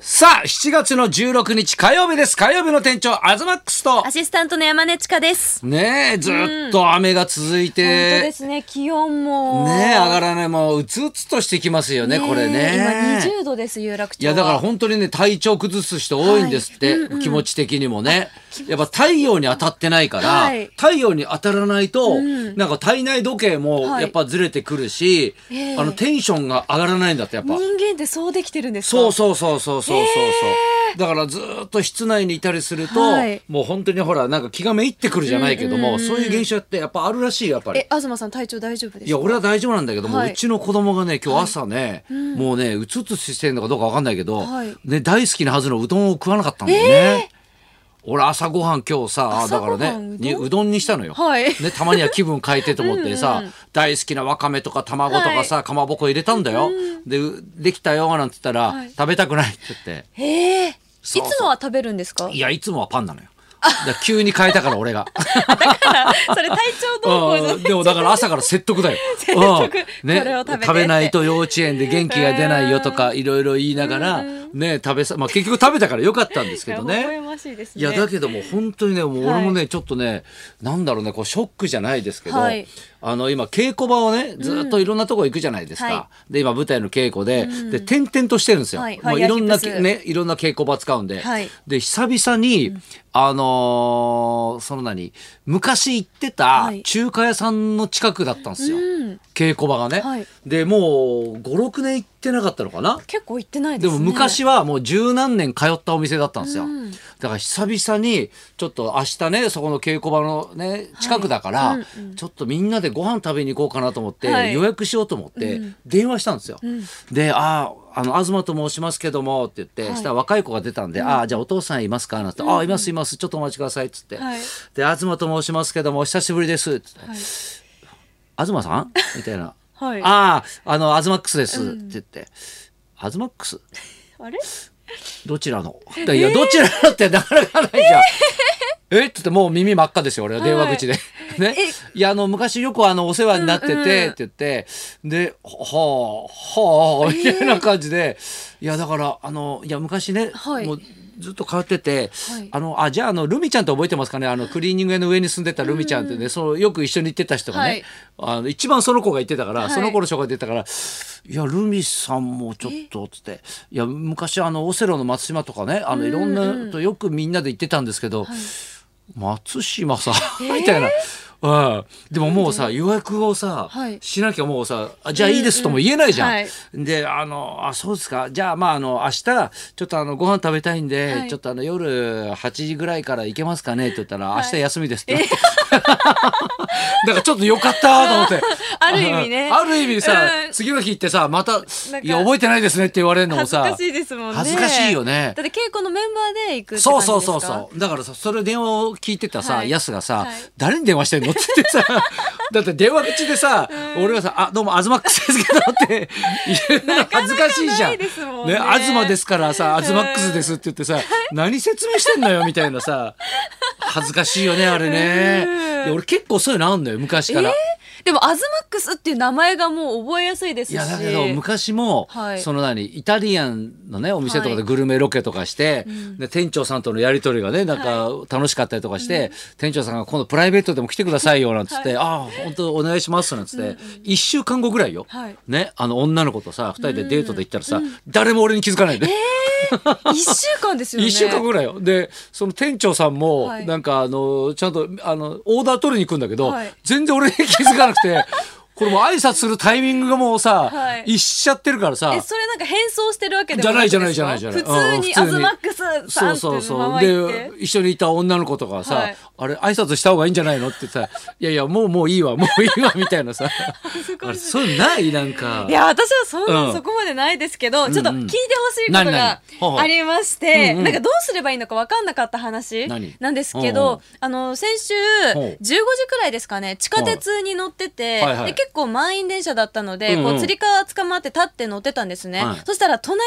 さあ、7月の16日火曜日です。火曜日の店長、アズマックスとア。シスタントの山根千佳です。ねえ、ずっと雨が続い本当でて、すね、気温も。ねえ、上がらない、もううつうつとしてきますよね、これね。今20度です、有楽町いは。やだから本当にね体調崩す人多いんですって、気持ち的にもねやっぱ太陽に当たってないから、はい太陽に当たらないと、なんか体内時計もはいやっぱずれてくるし、ええあのテンションが上がらないんだってやっぱ、人間ってそうできてるんですかそうそうそうそうそうそうそうだからずーっと室内にいたりすると、はいもう本当にほらなんか気がめいってくるじゃないけども、そういう現象ってやっぱあるらしいよやっぱりえ、東さん体調大丈夫ですかいや俺は大丈夫なんだけども、はいうちの子供がね今日朝ね、もうねうつうつしてんのかどうかわかんないけど、はいね、大好きなはずのうどんを食わなかったんだよね、俺朝ごはん今日さだ朝かごはらねんうどんにうどんにしたのよ、はいね、たまには気分変えてと思ってさ大好きなわかめとか卵とかさ、かまぼこ入れたんだよ、でうできたよなんて言ったら、はい食べたくないって言って。ええそうそういつもは食べるんですかいや、いつもはパンなのよ。だから急に変えたから俺が。だから、 それ体調どうこうじゃうんでもだから朝から説得だよ。説得うんねこれを食べてって食べないと幼稚園で元気が出ないよとかいろいろ言いながら、ね、食べさ、まあ結局食べたからよかったんですけど微笑ね。ましいですね。いや、だけども本当にね、もう俺もね、ちょっとね、なんだろうね、こうショックじゃないですけど、はいあの、今稽古場をね、ずっといろんなとこ行くじゃないですうんはか。で、今舞台の稽古で、で、点々としてるんですよ。はいもういろんな、ファイヤーヒップね、スいろんな稽古場使うんで。はいで、久々に、あのーその何、昔行ってたはい中華屋さんの近くだったんですよ。うん稽古場がね。はいで、もう5、6年行ってなかったのかな結構行ってないでですね。も昔はもう十何年通ったお店だったんですよ、うんだから久々にちょっと明日ねそこの稽古場のね近くだから、うんうんちょっとみんなでご飯食べに行こうかなと思って、はい予約しようと思って電話したんですよ、で「あああの東と申しますけども」って言って、いしたら若い子が出たんで「ああじゃあお父さんいますか?」なんて「ああいますいますちょっとお待ちください」っつって「はいで東と申しますけどもお久しぶりです」っつって、はい東さん?」みたいな「はいあああのアズマックスです」って言って「アズマックスあれどちらのいや、どちらのってなかなかないじゃん。えっつってもう耳真っ赤ですよ、俺は電話口で。ね。いや、あの、昔よくあの、お世話になってて、うんうんって言って、で、はあ、はあ、みたいな感じで、いや、だから、あの、いや、昔ね、はいもうずっと通ってて、はいあの、あ、じゃあ、あの、ルミちゃんって覚えてますかねあの、クリーニング屋の上に住んでたルミちゃんってね、その、よく一緒に行ってた人がね、はいあの、一番その子が言ってたから、はいその子の紹介出たから「いやルミさんもちょっと」つって「いや昔あのオセロの松島とかねあのいろんなとよくみんなで行ってたんですけど、松島さんみたいな。うん、でももうさ予約をさ、はいしなきゃもうさ「あじゃあいいです」とも言えないじゃん。うんうんはいであのあそうですかじゃあまああの明日ちょっとあのご飯食べたいんで、はいちょっとあの夜8時ぐらいから行けますかねって言ったら「明日休みです」って言われて だからちょっとよかったと思ってある意味ね ある意味さ、うん次の日行ってさまたか「いや覚えてないですね」って言われるのも恥ずさかしいですもんね。恥ずかしいよねだって稽古のメンバーで行くってそう感じですかそうそうそうだからさそれ電話を聞いてたさ、はいやすがさ、はい誰に電話してんの?」って言ってさ だって電話口でさ、俺はさ「あどうも東マックスですけど」って言うの恥ずかしいじゃん。なかなかないですもんねね東ですからさ「アズマックスです」って言ってさ「何説明してんのよ」みたいなさ恥ずかしいよねあれね。いや俺結構そういうのあんのよ昔から。でもアズマックスっていう名前がもう覚えやすいですしいやだけど昔も、はいその何イタリアンのねお店とかはでいグルメロケとかして、で店長さんとのやり取りがねなんか楽しかったりとかして、店長さんが今度プライベートでも来てくださいよなんつって「ああ本当お願いします」なんつって、一1週間後ぐらいよ、はいねあの女の子とさ2人でデートで行ったらさ、誰も俺に気づかないで。一週間ですよね一週間ぐらいよでその店長さんも、はいなんかあのちゃんとあのオーダー取りに行くんだけど、はい全然俺に気づかなくて これもう挨拶するタイミングがもうさ、はい一しちゃってるからさえそれなんか変装してるわけでもじゃないくじてゃなでいすじゃかないじゃないう普通んにアズマックスそさうんってそういうまそうま行っでて一緒にいた女の子とかさ、はいあれ挨拶した方がいいんじゃないのってさ「いやいやもうもういいわもういいわ」み たいなさあれそういうのないなんかいや私はそんな、うんそこまでないですけど、ちょっと聞いてほしいこ何何とがほうほうありまして、うんうんなんかどうすればいいのか分かんなかった話何なんですけほうど、ほうあの先週ほう15時くらいですかね地下鉄に乗ってて、はいはいはいで結構満員電車だったので、うんうんこうつり革捕まって立って乗ってたんですね、はいそしたら隣に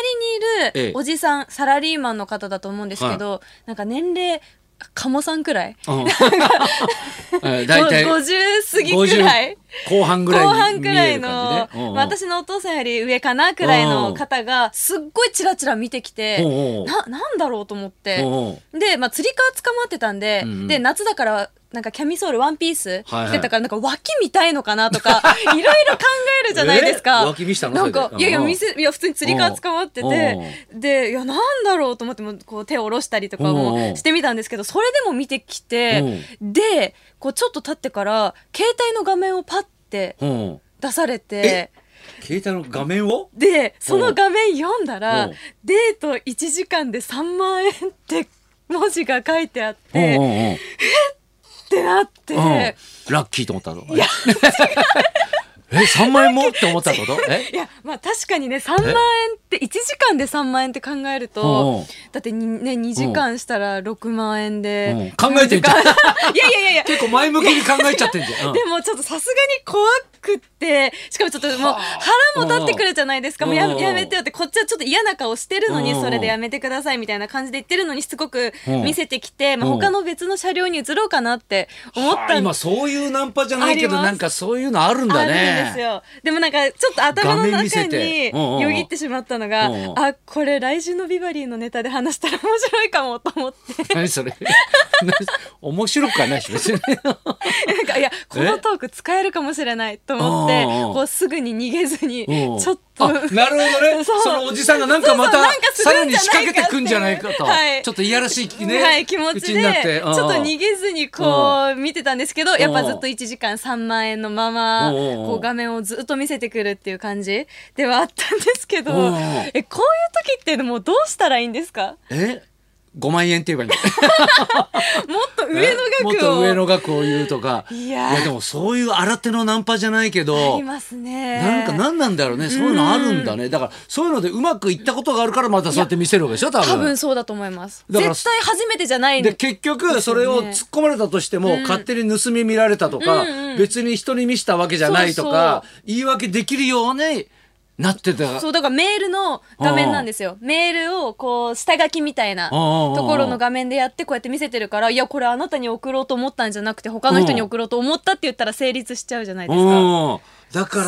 ええいるおじさんサラリーマンの方だと思うんですけど、なんか年齢 鴨さんくらいうんえー大体50過ぎくらい後半ぐらい後半にく見らえいるの、感じね。うんうんまあ、私のお父さんより上かなくらいの方がすっごいチラチラ見てきて、おうおうななんだろうと思って、おうおうで、まあ、釣り革捕まってたんで、うんうんで夏だからなんかキャミソールワンピースはいはい着てたから、なんか脇見たいのかな とかいろいろ考え るじゃないですか。え脇見したのなんかそれでいやいやうん見せいや普通に釣り革捕まっててでいやなんだろうと思ってもこう手を下ろしたりとかうんうもんしてみたんですけどそれでも見てきてでこうちょっと経ってから携帯の画面をパッてうんうん出されて携帯の画面をでその画面読んだうらん「デート1時間で3万円」って文字が書いてあっうんてうんっうんてなってうんラッキーと思ったの。 え、3万円もって思ったってことえいやまあ確かにね3万円って1時間で3万円って考えうるんうとんだってにね2時間したら6万円うんで考えてんじゃん3時間いやいやいやいや結構前向きに考えちゃってんじ ゃん。うんでもちょっとさすがに怖くってしかもちょっともう腹も立ってくるじゃないですかもうやうんやめてよってこっちはちょっと嫌な顔してるのにうんそれでやめてくださいみたいな感じで言ってるのにしつこくうん見せてきて、まあ、うん他の別の車両に移ろうかなって思ったあん今そういうナンパじゃないけありどますなんかそういうのあるんだあね。るんですよでもなんかちょっと頭の画面見中せにてうんうんうんよぎってしまったのが、うんうんあこれ来週のビバリーのネタで話したら面白いかもと思っ て何それ面白くはないし別になんかいやこのトーク使えるかもしれないと思えってうんうんうんこうすぐに逃げずにうんちょっあとなるほどねそうそのおじさんがなんかまそうそうたなんかすさらるんにじゃない仕か掛けてくんじゃないかと、はいちょっといやらしい気,、ねはい、気持ち口になっでてちょっうとん逃げずにこう見てたんですけどやっぱずっと1時間3万円のままうんうんうんこう画面をずっと見せてくるっていう感じではあったんですけどうんうんえこういう時ってもうどうしたらいいんですかえ5万円って言えばいいのもっと 上のもっ額をと上の額を言うとかいやーでもそういう新手のナンパじゃないけあどりますねなんか何なんだろうねそういうのあるんだねだからそういうのでうまくいったことがあるからまたそうやって見せるわけでしょ多分多分そうだと思いますだから絶対初めてじゃないで結局それを突っ込まれたとしても、勝手に盗み見られたとか、うんうん別に人に見せたわけじゃないとか言い訳できるようになってたそうだからメールの画面なんですよメールをこう下書きみたいなとうんころの画面でやってこうやって見せてるからいやこれあなたに送ろうと思ったんじゃなくて他の人に送ろうと思ったって言ったら成立しちゃうじゃないですかうんだから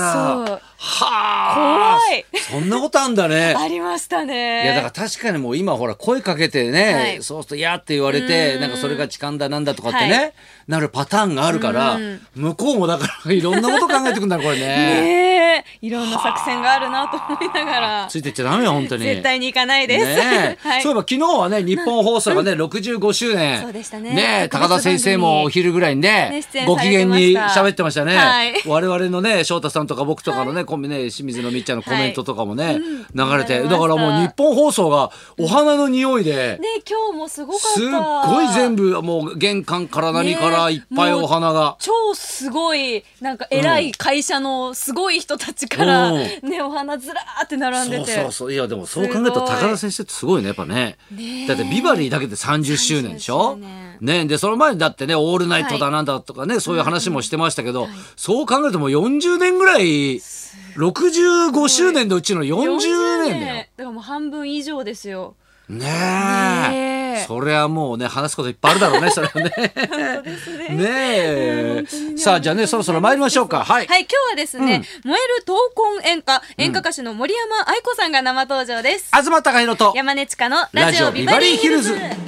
そうはあ怖いそんなことあんだ ねありましたねいやだから確かにもう今ほら声かけてね、はいそうすると「いや」って言われてうんなんかそれが痴漢だなんだとかってね、はなるパターンがあるからうん向こうもだからいろんなこと考えてくんだねこれね ねえいろんな作戦があるなと思いながらついてっちゃダメよ本当に絶対に行かないです、ねえ はいそういえば昨日はね日本放送がね、65周年 そうでしたねえ高田先生もお昼ぐらいにねね出演ご機嫌にされ喋っててままししたたね、はい我々のね翔太さんとか僕とかのね,、コンビね清水のみっちゃんのコメントとかもね、流れて流れましただからもう日本放送がお花の匂いで、ねえ今日もすごかったすっごい全部もう玄関から何からいっぱいお花が。超すごいなんか偉い会社のすごい人たちから、うんねお花ずらーって並んでそうてそうそういやでもそう考えたら高田先生ってすごいねやっぱねねえだってビバリーだけで30周年でしょ30周年ねでその前にだってね「オールナイト」だなんだとかね、そういう話もしてましたけど、そう考えても40年ぐらい65周年のうちの40年だよ。だからもう半分以上ですよねねええそれはもうね話すこといっぱいあるだろう ねそれはね。本当ですねえ本当にねさあじゃあねそろそろ参りましょうか。はいはい今日はですね、燃える闘魂演歌演歌歌手の森山愛子さんが生登場です、東貴弘と山根千佳のラジオビバリーヒルズラジオビバリーヒ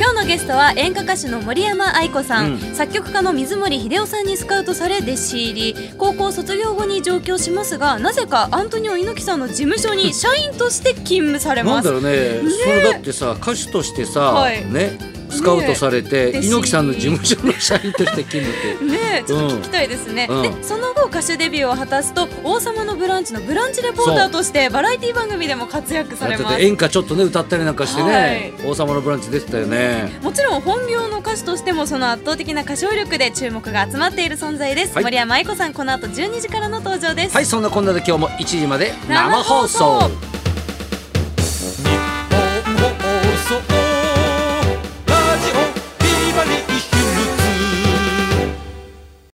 今日のゲストは演歌歌手の森山愛子さん、うん作曲家の水森秀夫さんにスカウトされ弟子入り高校卒業後に上京しますがなぜかアントニオ猪木さんの事務所に社員として勤務されなまんだすろうねそれだってさ歌手としてさ、はいねスカウトされて、ねえ猪木さんの事務所の社員として勤務って。ねえちょっと聞きたいですね、うんうんでその後歌手デビューを果たすと「王様のブランチ」のブランチレポーターとしてバラエティ番組でも活躍 さだれってまてす演歌ちょっとね歌ったりなんかしてね、王様のブランチ出てたよね。もちろん本業の歌手としてもその圧倒的な歌唱力で注目が集まっている存在です、はい森山愛子さんこの後12時からの登場です、はいそんなこんなで今日も1時まで生生放放送送